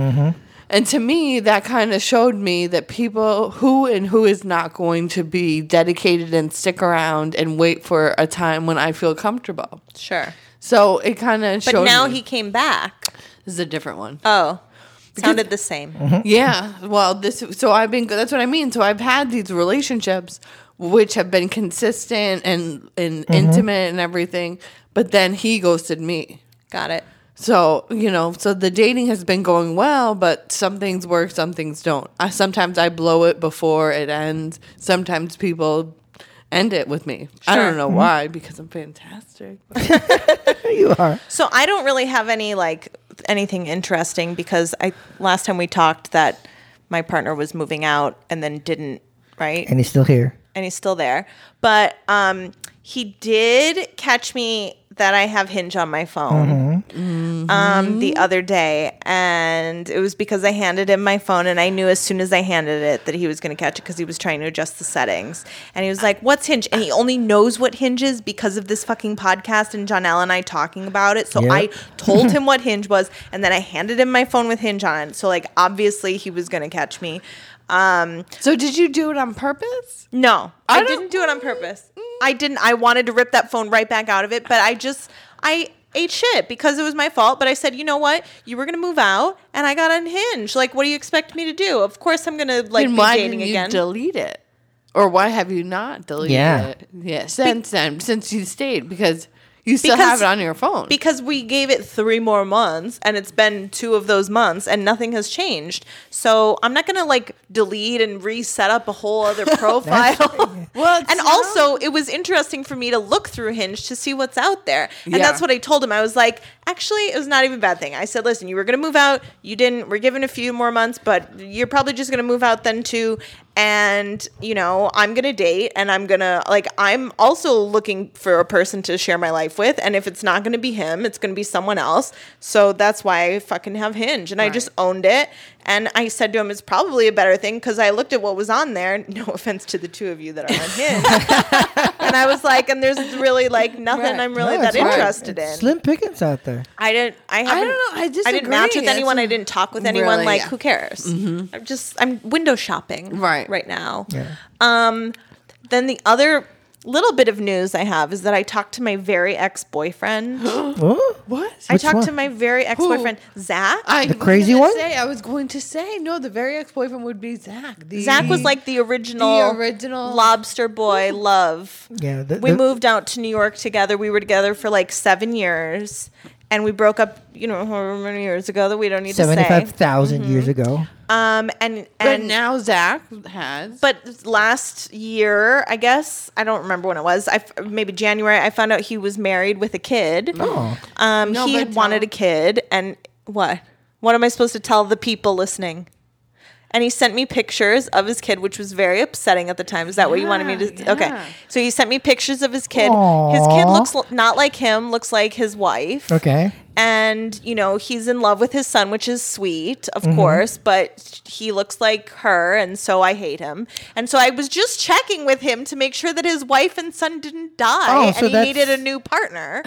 And to me, that kind of showed me that people who and who is not going to be dedicated and stick around and wait for a time when I feel comfortable.
Sure.
So it kind of
But
showed
now
me.
he came back.
this is a different one.
Oh, sounded the same.
Mm-hmm.
Yeah. Well, this so I've been that's what I mean. So I've had these relationships which have been consistent and and intimate and everything, but then he ghosted me.
Got it.
So, you know, so the dating has been going well, but some things work, some things don't. I, sometimes I blow it before it ends. Sometimes people end it with me. I
Sure.
don't know why because I'm fantastic.
You are.
So I don't really have any like anything interesting because I last time we talked that my partner was moving out and then didn't right
And he's still here.
and he's still there. But um, he did catch me that I have Hinge on my phone um, the other day, and it was because I handed him my phone, and I knew as soon as I handed it that he was going to catch it because he was trying to adjust the settings, and he was like, "What's Hinge?" And he only knows what Hinge is because of this fucking podcast and John L and I talking about it. So
Yep.
I [laughs] told him what Hinge was, and then I handed him my phone with Hinge on it. So like obviously he was going to catch me. Um,
So did you do it on purpose?
no, I,
don't-
didn't do it on purpose. I didn't. I wanted to rip that phone right back out of it, but I just I ate shit because it was my fault. But I said, you know what? You were gonna move out, and I got unhinged. Like, what do you expect me to do? Of course, I'm gonna like
and
be
why
dating
didn't you
again.
delete it? Or why have you not deleted
Yeah.
it? Yeah, since then, since you stayed, because you still
Because-
have it on your phone.
because we gave it three more months and it's been two of those months and nothing has changed so i'm not gonna like delete and reset up a whole [laughs] other profile
Well, it's
and
not-
also it was interesting for me to look through hinge to see what's out there and
Yeah.
that's what i told him i was like actually it was not even a bad thing i said listen you were gonna move out you didn't we're given a few more months but you're probably just gonna move out then too and you know i'm gonna date and i'm gonna like i'm also looking for a person to share my life with and if it's not gonna be him it's gonna be someone else so that's why i fucking have hinge and i just owned it and i said to him it's probably a better thing because i looked at what was on there [laughs] no offense to the two of you that are on hinge and i was like and there's really like nothing
Right.
i'm really
No,
that
it's hard.
interested
It's
in
Slim pickings out there.
I didn't. I haven't.
don't know, I
didn't match
disagree.
with anyone. I
That's-
didn't talk with anyone.
Really?
Like, who cares? I'm just. I'm window shopping.
Right.
Right now.
Yeah.
Um. Then the other little bit of news I have is that I talked to my very ex boyfriend.
Oh,
what?
I
Which
talked
one?
to my very ex boyfriend Zach.
I
The
was
crazy
gonna
one?
Say, I was going to say no. The very ex boyfriend would be Zach. The,
Zach was like the original,
original-
lobster boy love.
Yeah, the-
we
the-
moved out to New York together. We were together for like seven years, and we broke up. You know, however many years ago that we don't need to
seventy-five
say.
thousand years ago.
Um, and
but
and
now Zach has.
but last year, I guess I don't remember when it was. I f- maybe January. I found out he was married with a kid.
Oh,
Um,
No,
he
but
had wanted
tell-
a kid, and what? What am I supposed to tell the people listening? And he sent me pictures of his kid, which was very upsetting at the time. Is that what you wanted me to?
Yeah, yeah.
Okay, so he sent me pictures of his kid. His
Aw.
kid looks l- not like him; looks like his wife
okay.
and you know he's in love with his son which is sweet of
Mm-hmm.
course but he looks like her and so i hate him and so i was just checking with him to make sure that his wife and son didn't die
Oh,
and
so
he needed a
that's-
new
[laughs]
partner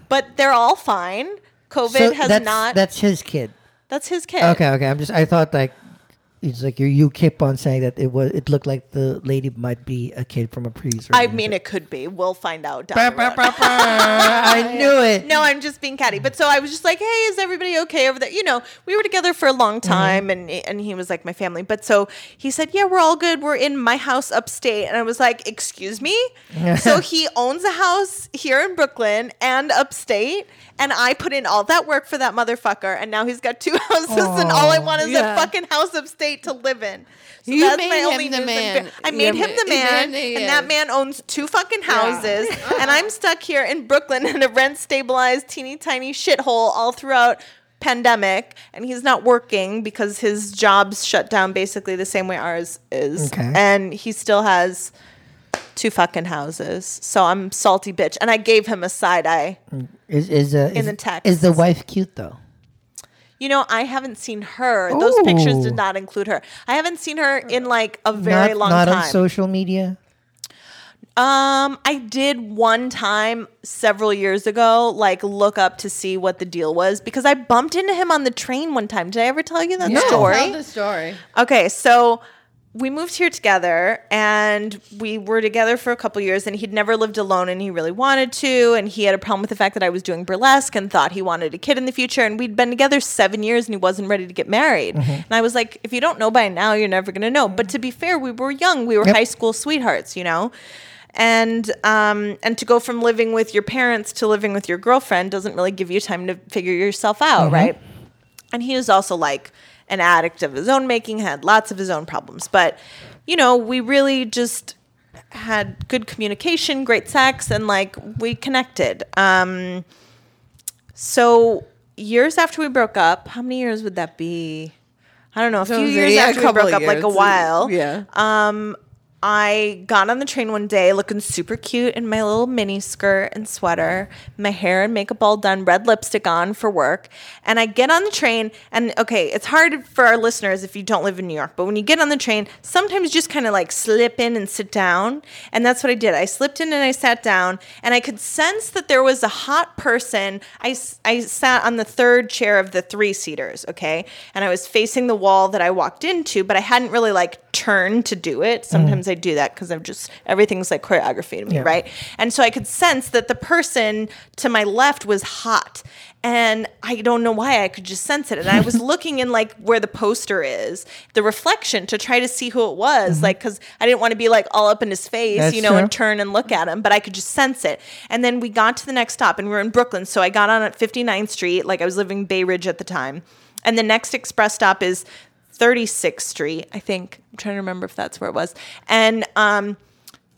[laughs] but they're all fine covid
So
has
that's,
not
That's his kid.
that's his kid
Okay, okay. I'm just. I thought like It's like you you keep on saying that it was it looked like the lady might be a kid from a priest. or
I
something.
mean, it could be. We'll find out. Down
Bah,
the
bah,
road.
bah, bah. [laughs] I knew it.
No, I'm just being catty. But so I was just like, "Hey, is everybody okay over there?" You know, we were together for a long
Mm-hmm.
time, and and he was like my family. But so he said, "Yeah, we're all good. We're in my house upstate," and I was like, "Excuse
[laughs]
me." so he owns a house here in Brooklyn and upstate, and I put in all that work for that motherfucker, and now he's got two [laughs] houses, and all I want is
Yeah.
a fucking house upstate to live in. So
You
that's
made
my
him
only news
the
and
man.
fear. I
You
made him
ma-
the
the
man,
man he
and that
is.
man owns two fucking houses,
Yeah.
[laughs] and I'm stuck here in Brooklyn in a rent stabilized, teeny tiny shithole all throughout pandemic, and he's not working because his job's shut down basically the same way ours is,
Okay.
and he still has two fucking houses. So I'm salty bitch, and I gave him a side eye.
Is is, uh, is
the text.
is the wife cute though?
You know, I haven't seen her. Those pictures
Ooh.
did not include her. I haven't seen her in like a very
not
long
not
time.
on social media.
Um, I did one time several years ago, like look up to see what the deal was because I bumped into him on the train one time. Did I ever tell you that story?
Tell Oh, the story.
Okay, so we moved here together and we were together for a couple years and he'd never lived alone and he really wanted to and he had a problem with the fact that I was doing burlesque and thought he wanted a kid in the future and we'd been together 7 years and he wasn't ready to get married. And I was like, if you don't know by now, you're never going to know. But to be fair, we were young. We were
Yep.
high school sweethearts, you know. And um and to go from living with your parents to living with your girlfriend doesn't really give you time to figure yourself out, right? and he was also like an addict of his own making had lots of his own problems but you know we really just had good communication great sex and like we connected um so years after we broke up how many years would that be i don't know a few
was,
years
yeah, a
after we
couple
broke up like a
years.
while Uh,
Yeah.
I got on the train one day looking super cute in my little mini skirt and sweater, my hair and makeup all done, red lipstick on for work. And I get on the train, and okay, it's hard for our listeners if you don't live in New York, but when you get on the train, sometimes just kind of like slip in and sit down. And that's what I did. I slipped in and I sat down, and I could sense that there was a hot person. I, s- I sat on the third chair of the three seaters, okay? And I was facing the wall that I walked into, but I hadn't really like turned to do it. Sometimes I do that because I'm just, everything's like choreography to me,
Yeah.
right? And so I could sense that the person to my left was hot. And I don't know why I could just sense it. And I
[laughs]
was looking in like where the poster is, the reflection to try to see who it was, like, because I didn't want to be like all up in his face,
Mm-hmm. That's
you know,
true.
and turn and look at him, but I could just sense it. And then we got to the next stop and we were in Brooklyn. So I got on at 59th Street, like I was living Bay Ridge at the time. And the next express stop is 36th Street, I think. I'm trying to remember if that's where it was. And um,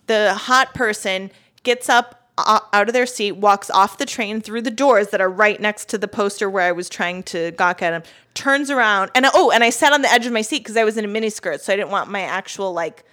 the hot person gets up o- out of their seat, walks off the train through the doors that are right next to the poster where I was trying to gawk at him, turns around, and oh, and I sat on the edge of my seat because I was in a miniskirt, so I didn't want my actual like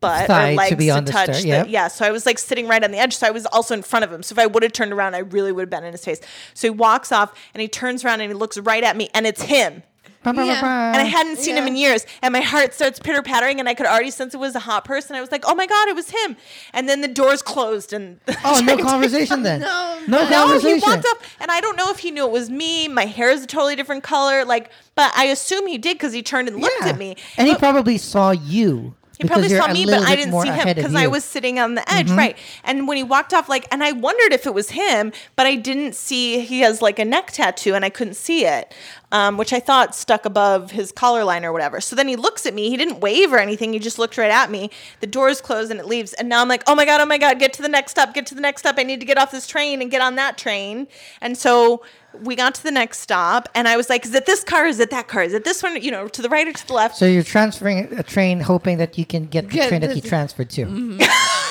butt
Thigh
or
to
legs to,
be on the
touch.
stair,
the-
yep.
yeah, so I was like sitting right on the edge, so I was also in front of him. So if I would have turned around, I really would have been in his face. So he walks off and he turns around and he looks right at me, and it's him
Bah, bah, bah,
Yeah.
bah.
and I hadn't seen him
Yeah.
in years. And my heart starts pitter pattering, and I could already sense it was a hot person. I was like, "Oh my god, it was him!" And then the doors closed, and [laughs]
Oh, no conversation then.
No,
no
no,
conversation.
he walked up, and I don't know if he knew it was me. My hair is a totally different color, like, but I assume he did because he turned and looked
Yeah.
at me.
And he
But-
probably saw you.
he probably saw me, but I didn't see him because I was sitting on the edge, right? And when he walked off, like, and I wondered if it was him, but I didn't see. He has like a neck tattoo, and I couldn't see it, um, which I thought stuck above his collar line or whatever. So then he looks at me. He didn't wave or anything. He just looked right at me. The doors close and it leaves. And now I'm like, oh my god, oh my god, get to the next stop, get to the next stop. I need to get off this train and get on that train. And so. We got to the next stop, and I was like, "Is it this car? Is it that car? Is it this one? You know, to the right or to the left?"
So you're transferring a train, hoping that you can get the
Get
train that
the-
he transferred to. [laughs] okay.
Mm-hmm. [laughs]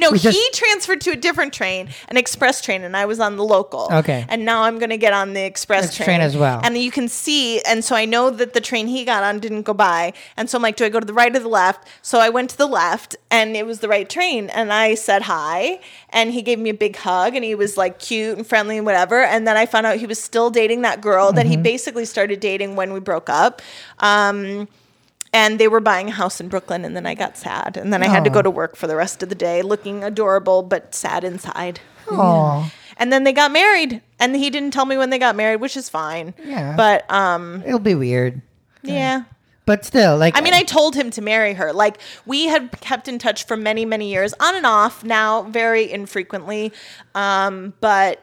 No,
We
he
just-
transferred to a different train, an express train, and I was on the local.
Okay.
And now I'm going to get on the express
The
train.
train as well.
And you can see, and so I know that the train he got on didn't go by. And so I'm like, do I go to the right or the left? So I went to the left, and it was the right train. And I said hi, and he gave me a big hug, and he was like cute and friendly and whatever. And then I found out he was still dating that girl that
Mm-hmm.
he basically started dating when we broke up. Um, and they were buying a house in Brooklyn, and then I got sad, and then I had to
Oh.
go to work for the rest of the day, looking adorable but sad inside.
Aw.
And then they got married, and he didn't tell me when they got married, which is fine.
Yeah.
But um,
It'll be weird.
yeah,
But still, like
I mean, I told him to marry her. Like we had kept in touch for many, many years, on and off. Now, very infrequently, um, but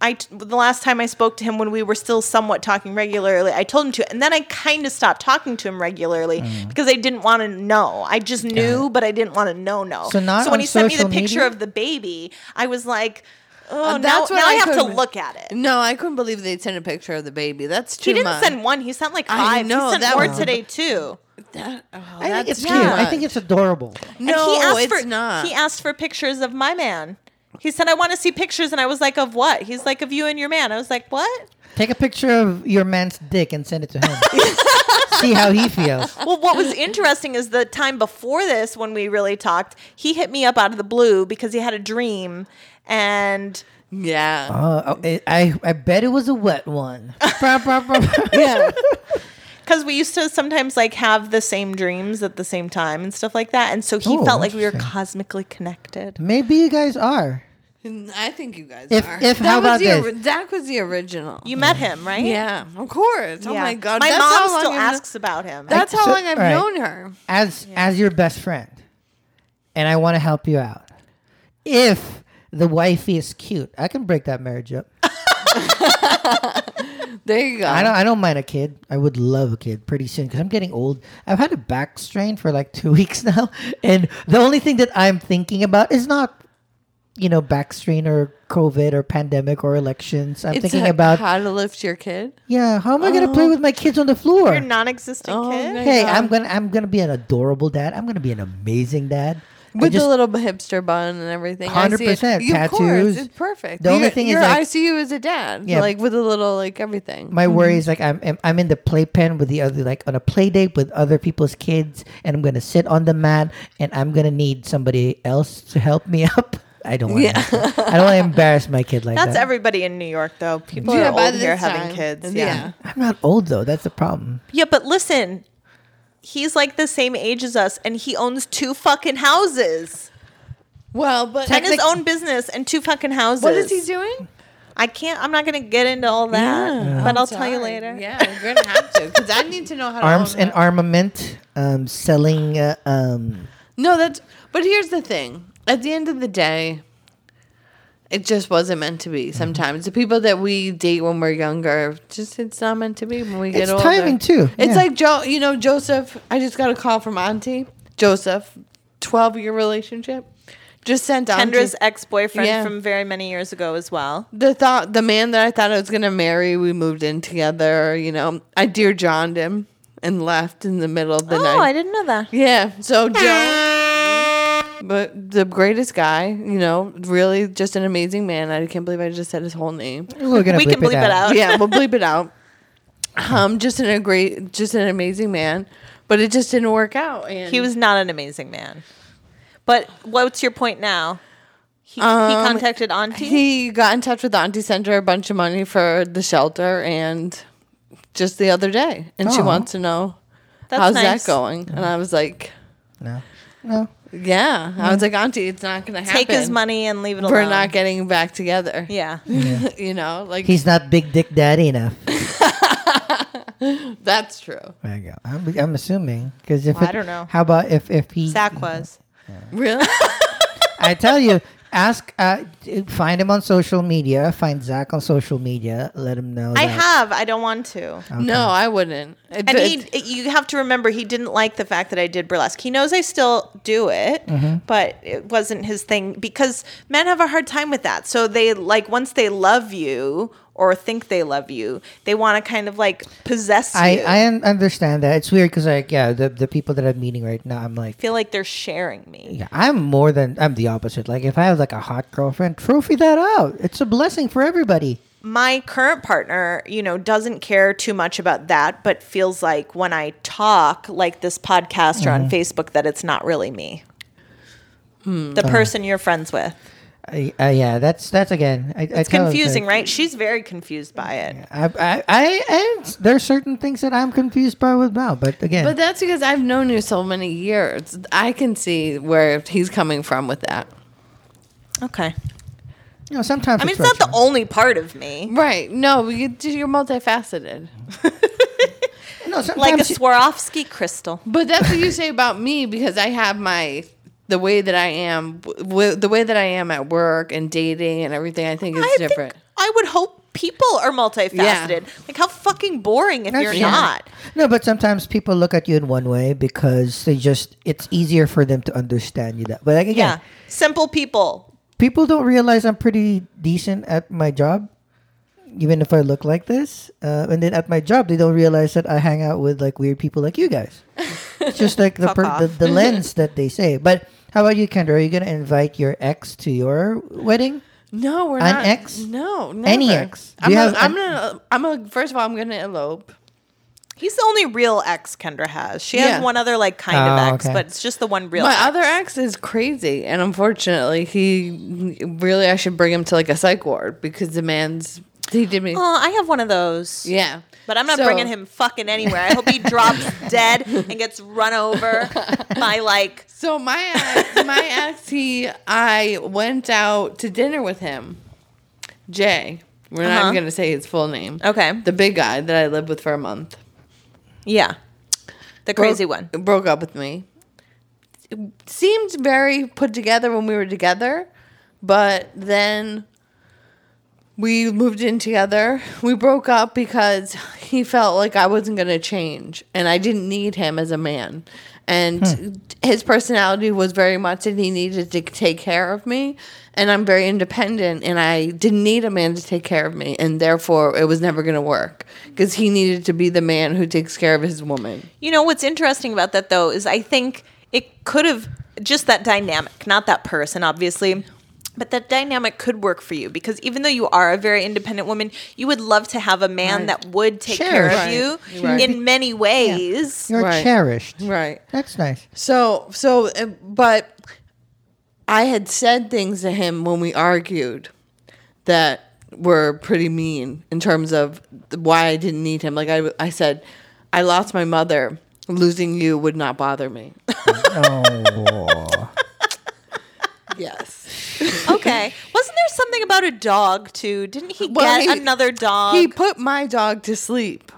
I t- the last time I spoke to him when we were still somewhat talking regularly, I told him to, and then I kind of stopped talking to him regularly
Mm.
because I didn't want to know. I just knew, but I didn't want to know. No.
So not
when
on
he sent me the
social
picture
media?
of the baby, I was like, oh,
Oh,
now,
that's what
now I,
I
have to
couldn't-
look at it.
No, I couldn't believe they'd sent a picture of the baby. That's too
He didn't
much.
send one. He sent like
I
five.
know,
he sent
that
more
was-
today too.
That, oh,
I think
that's
it's
too
cute. I
much.
think it's adorable.
no,
and he asked
it's
for,
not.
He asked for pictures of my man. He said, "I want to see pictures," and I was like, "Of what?" He's like, "Of you and your man." I was like, "What?"
Take a picture of your man's dick and send it to him. [laughs] See how he feels.
Well, what was interesting is the time before this, when we really talked, he hit me up out of the blue because he had a dream, and
yeah.
Uh, I, I I bet it was a wet [laughs] one. Bah, bah, bah, bah.
[laughs] yeah.
because we used to sometimes like have the same dreams at the same time and stuff like that, and so he
Oh,
felt like we were
interesting.
cosmically connected.
Maybe you guys are.
I think you guys
If-
are.
if- how
was
about
the,
this?
ori- That was the original.
You met him, right?
yeah, of course. Oh
Yeah.
my god,
My
that's how
mom
long
still
I've kno-
asks about him.
That's how
So-
long I've
all right.
known her.
as as your best friend and i want to help you out if the wifey is cute i can break that marriage up
There you go.
i don't i don't mind a kid i would love a kid pretty soon because i'm getting old i've had a back strain for like [laughs] two weeks now and the only thing that i'm thinking about is not you know back strain or covid or pandemic or elections i'm
It's Oh.
thinking
h-
about
how to lift your kid.
yeah how am i going to play with my kids on the floor
your non-existent
Oh,
kid.
nice.
hey
Yeah.
i'm gonna i'm gonna be an adorable dad i'm gonna be an amazing dad I
With
just-
the little hipster bun and everything, I see it.
100%
You- of course,
tattoos.
It's perfect.
The
Your-
only thing is,
your
like-
ICU is a dad,
Yeah.
like with a little like everything.
Mm-hmm.
My worry is like I'm I'm- I'm in the playpen with the other like on a play date with other people's kids, and I'm gonna sit on the mat, and I'm gonna need somebody else to help me [laughs] up. I don't want.
Yeah.
to I don't want to embarrass my kid
[laughs]
like
That's
that.
everybody in New York, though. People
Yeah,
are
by
old
this
here having
time.
kids.
Yeah.
Yeah.
Yeah.
yeah.
I'm not old though. That's the problem.
but listen, he's like the same age as us, and he owns two fucking houses
Well, but
and his own business and two fucking houses.
what is he doing?
I can't. I'm not gonna get into all that, but I'll tell you
Sorry.
later.
Yeah, we're gonna have to because I need to know
Oh,
how to
Arms
own
and
that.
armament, um, selling. Uh, um,
No, that's. But here's the thing. At the end of the day, it just wasn't meant to
Mm-hmm.
be. Sometimes the people that we date when we're younger, just it's not meant to be when we get
It's
older.
timing, too.
It's
Yeah.
like Joe. You know, Joseph. I just got a call from Auntie Joseph. Twelve year relationship. Just sent Auntie
Kendra's ex boyfriend
Yeah.
from very many years ago as well.
the thought the man that I thought I was gonna marry, we moved in together, you know. I dear Johned him and left in the middle of the
oh,
night.
I didn't know that.
yeah.
[laughs]
So Joe but the greatest guy, you know, really just an amazing man. I can't believe I just said his whole name.
we're
[laughs]
gonna
We can bleep it out.
Yeah, we'll bleep
[laughs]
it out. Um, just an a great just an amazing man. But it just didn't work out. And
He was not an amazing man. But what's your point now? He, he
Um,
contacted Auntie.
He got in touch with the auntie, sent her a bunch of money for the shelter, and just the other day, and she
Oh.
wants to know
That's
how's
nice.
that going. And I was like,
No, no.
yeah. I was like, auntie, it's not gonna happen.
Mm. Take his money and leave it alone.
We're not getting back together.
yeah.
[laughs] you know, like
He's not big dick daddy enough.
that's true.
There you go. I'm, I'm assuming because if
I
it-
don't know.
How about if if he
Zach was.
Really?
I tell you, ask, uh, find him on social media. Find Zach on social media. Let him know.
I
that-
have. I don't want to.
[laughs] No, I wouldn't. It-
And
it-
he, you have to remember, he didn't like the fact that I did burlesque. He knows I still do it,
Mm-hmm.
but it wasn't his thing because men have a hard time with that. So they like once they love you or think they love you, they want to kind of like possess
I,
you.
I un- understand that. It's weird because, like, yeah, the, the people that I'm meeting right now, I'm like,
feel like they're sharing me.
yeah, I'm more than, I'm the opposite. Like, if I have, like, a hot girlfriend, trophy that out. It's a blessing for everybody.
My current partner, you know, doesn't care too much about that, but feels like when I talk, like this podcast or on Facebook, that it's not really me. The person you're friends with.
I, I, yeah, that's, that's again, I,
It's confusing, right? She's very confused by it.
I, I, I, and there are certain things that I'm confused by with Mal, but again,
but that's because I've known you so many years. I can see where he's coming from with that.
Okay.
you know, sometimes
I mean, it's not the
rational.
only part of me.
Right. No, you, you're multifaceted.
No, no, sometimes
like a
you-
Swarovski crystal.
But that's what you say about me because I have my the way that I am w- the way that I am at work and dating and everything. I think is
I think
different.
I would hope people are multifaceted. Like how fucking boring if you're
yeah.
not.
No, but sometimes people look at you in one way because they just it's easier for them to understand you that. But like
Yeah.
again,
Simple people.
people don't realize I'm pretty decent at my job, even if I look like this. Uh, and then at my job, they don't realize that I hang out with like weird people like you guys. It's just like
[laughs]
the,
Fuck
per- the
off.
the lens that they say. But how about you, Kendra? Are you gonna invite your ex to your wedding?
No, we're
An
not.
ex?
No, never.
Any ex. Do
I'm,
you
a,
have
I'm
an-
gonna. I'm a. First of all, I'm gonna elope.
He's the only real ex Kendra has. She
Yeah.
has one other like kind
Oh,
of ex,
okay.
but it's just the one real.
My
ex.
other ex is crazy, and unfortunately, he really I should bring him to like a psych ward because the man's he did me.
Oh, I have one of those.
Yeah,
But I'm not
So-
bringing him fucking anywhere. I hope he
[laughs]
drops dead and gets run over by like
So my
[laughs]
ex, my ex, he, I went out to dinner with him, Jay. We're not
Uh-huh.
even gonna say his full name.
Okay.
[laughs] the big guy that I lived with for a month.
yeah. The crazy one.
Broke- broke up with me. Seemed very put together when we were together, but then we moved in together. We broke up because he felt like I wasn't going to change and I didn't need him as a man. And his personality was very much that he needed to take care of me. And I'm very independent and I didn't need a man to take care of me. And therefore, it was never going to work because he needed to be the man who takes care of his woman.
You know what's interesting about that though is I think it could have just that dynamic, not that person, obviously. But that dynamic could work for you because even though you are a very independent woman, you would love to have a man
Right.
that would take
Sure.
care of
Right.
you
Right.
in many
[laughs]
ways.
You're
Right.
cherished.
Right.
That's nice.
[laughs]
So, so, uh, but I had said things to him when we argued that were pretty mean in terms of th- why I didn't need him. Like I, I said, I lost my mother. Losing you would not bother me. [laughs]
Oh.
Yes.
Okay. Wasn't there something about a dog too? Didn't he
Well,
get
he-
another dog?
He put my dog to sleep.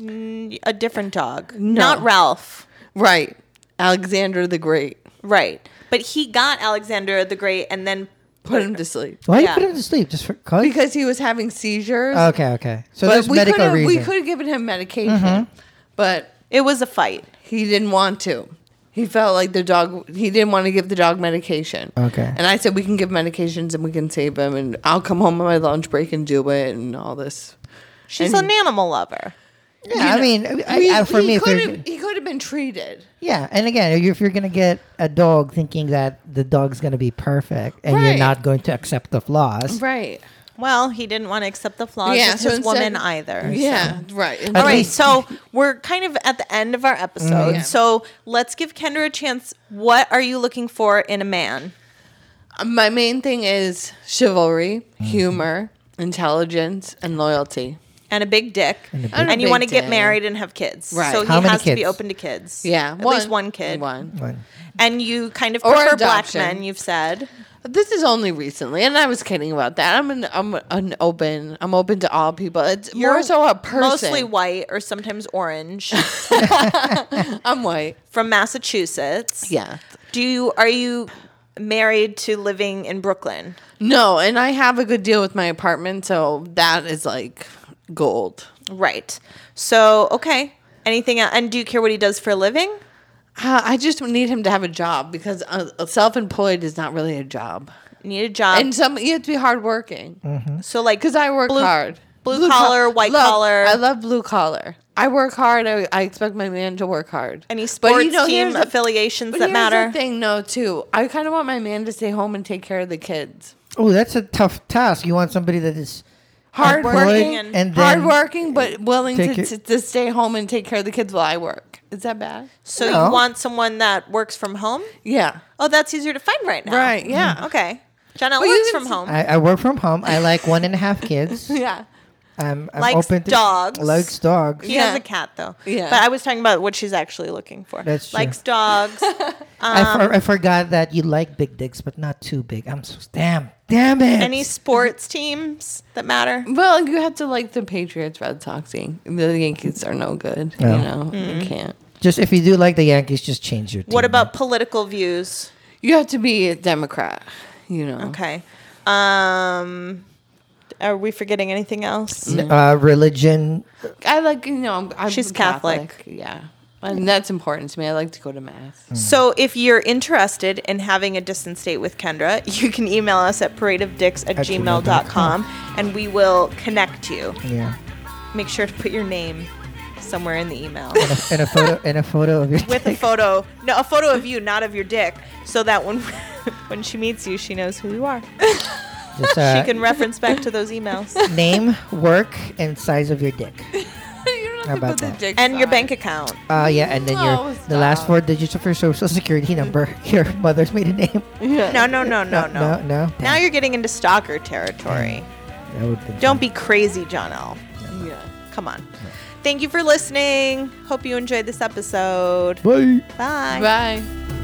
a different dog. Not Ralph.
Right. Alexander the Great
Right. But he got Alexander the Great and then
put him to sleep
Why
Yeah.
you put him to sleep just for cause?
because he was having seizures.
okay, okay. Uh, So
but
there's
we could
medical Mm-hmm.
have we
reasons.
could have given him medication, but
it was a fight.
He didn't want to. He felt like the dog. He didn't want to give the dog medication.
Okay.
And I said we can give medications and we can save him and I'll come home on my lunch break and do it and all this.
She's
And-
an animal lover.
Yeah, I mean, I,
He-
I, for
he
me, if
could
you're-
have, he could have been treated.
yeah, and again, if you're gonna get a dog thinking that the dog's gonna be perfect and you're
Right.
not going to accept the flaws,
Right.
Well, he didn't want to accept the flaws
Yeah,
of
so
his
instead-
woman either.
Yeah. Right.
All right,
least-
so we're kind of at the end of our episode.
Yeah.
So let's give Kendra a chance. What are you looking for in a man?
uh, My main thing is chivalry,
Mm-hmm.
humor, intelligence, and loyalty.
And a big dick. And,
dick.
you
And a
want to
big
get
dick.
married and have kids.
Right.
So he
How many
has to be
kids?
open to kids.
Yeah.
At least one kid.
One.
But-
And you kind of
Or
prefer black
adoption.
men, you've said.
This is only recently, and I was kidding about that. I'm an I'm an open. I'm open to all people. It's more so a person.
Mostly white or sometimes
[laughs]
orange
I'm white.
from Massachusetts.
Yeah.
Do you are you married to living in Brooklyn?
No, and I have a good deal with my apartment, so that is like gold.
Right. So okay. Anything else? and do you care what he does for a living?
Uh, I just need him to have a job because uh, self-employed is not really a job,
Need a job.
and some you have to be hardworking.
so like
Because I work
blue-
hard.
blue
Mm. col-
collar, white
love-
collar.
I love blue collar. I work hard. I, I expect my man to work hard.
Any
But,
sports team
here's the-
affiliations
but
that
here's
matter?
The thing, no, too. I kind of want my man to stay home and take care of the kids.
oh, that's a tough task. You want somebody that is
Hardworking
employed
and-
and then
Hardworking, but willing to,
take it-
to, to stay home and take care of the kids while I work. Is that bad?
So
No.
you want someone that works from home?
Yeah.
Oh, that's easier to find right now. Mm-hmm.
Right, yeah.
Okay. Jenna
you
works
can
from
s-
home.
I, I work from home. I like one and a half
[laughs]
kids.
Yeah.
I'm, I'm
Likes
open to
dogs.
Likes dogs.
He has
Yeah.
a cat though.
Yeah.
But I was talking about what she's actually looking for.
That's true.
Likes dogs.
[laughs]
Um,
I, for, I forgot that you like big dicks, but not too big. I'm so damn Damn it.
Any sports teams that
[laughs]
matter?
Well, you have to like the Patriots, Red Sox, Yan- the Yankees are no good.
No.
You know,
Mm-hmm.
you can't.
just if you do like the Yankees, just change your. Team.
What about political views?
You have to be a Democrat. You know.
Okay. Um, are we forgetting anything else?
uh, religion?
I like you know I'm, I'm
She's Catholic.
Yeah, and that's important to me. I like to go
[laughs]
to mass. [laughs]
Mm-hmm. So if you're interested in having a distance date with Kendra, [laughs] you can email us at paradeofdicks at,
At
gmail.com,
gmail.com
and we will connect you.
Yeah,
Make sure to put your name somewhere in the [laughs] email.
and a photo and a photo of your.
With a photo, no, a photo of you, not of your dick, so that when [laughs] when she meets you, she knows who you are.
just,
She
uh,
can reference back to those [laughs] emails
name, work, and size of your dick.
you don't
How
have to
about
put the
that?
dick
and your
size.
bank account.
Uh, yeah, and then
No,
Oh,
your the last
stop.
four digits of your social security number, [laughs] your mother's maiden name.
No, no, no, no,
no,
no. Mm.
no.
Now you're getting into stalker territory.
That would be
Don't be crazy, John L.
Yeah.
Come on. Thank you for listening. Hope you enjoyed this episode.
Bye.
Bye.
Bye.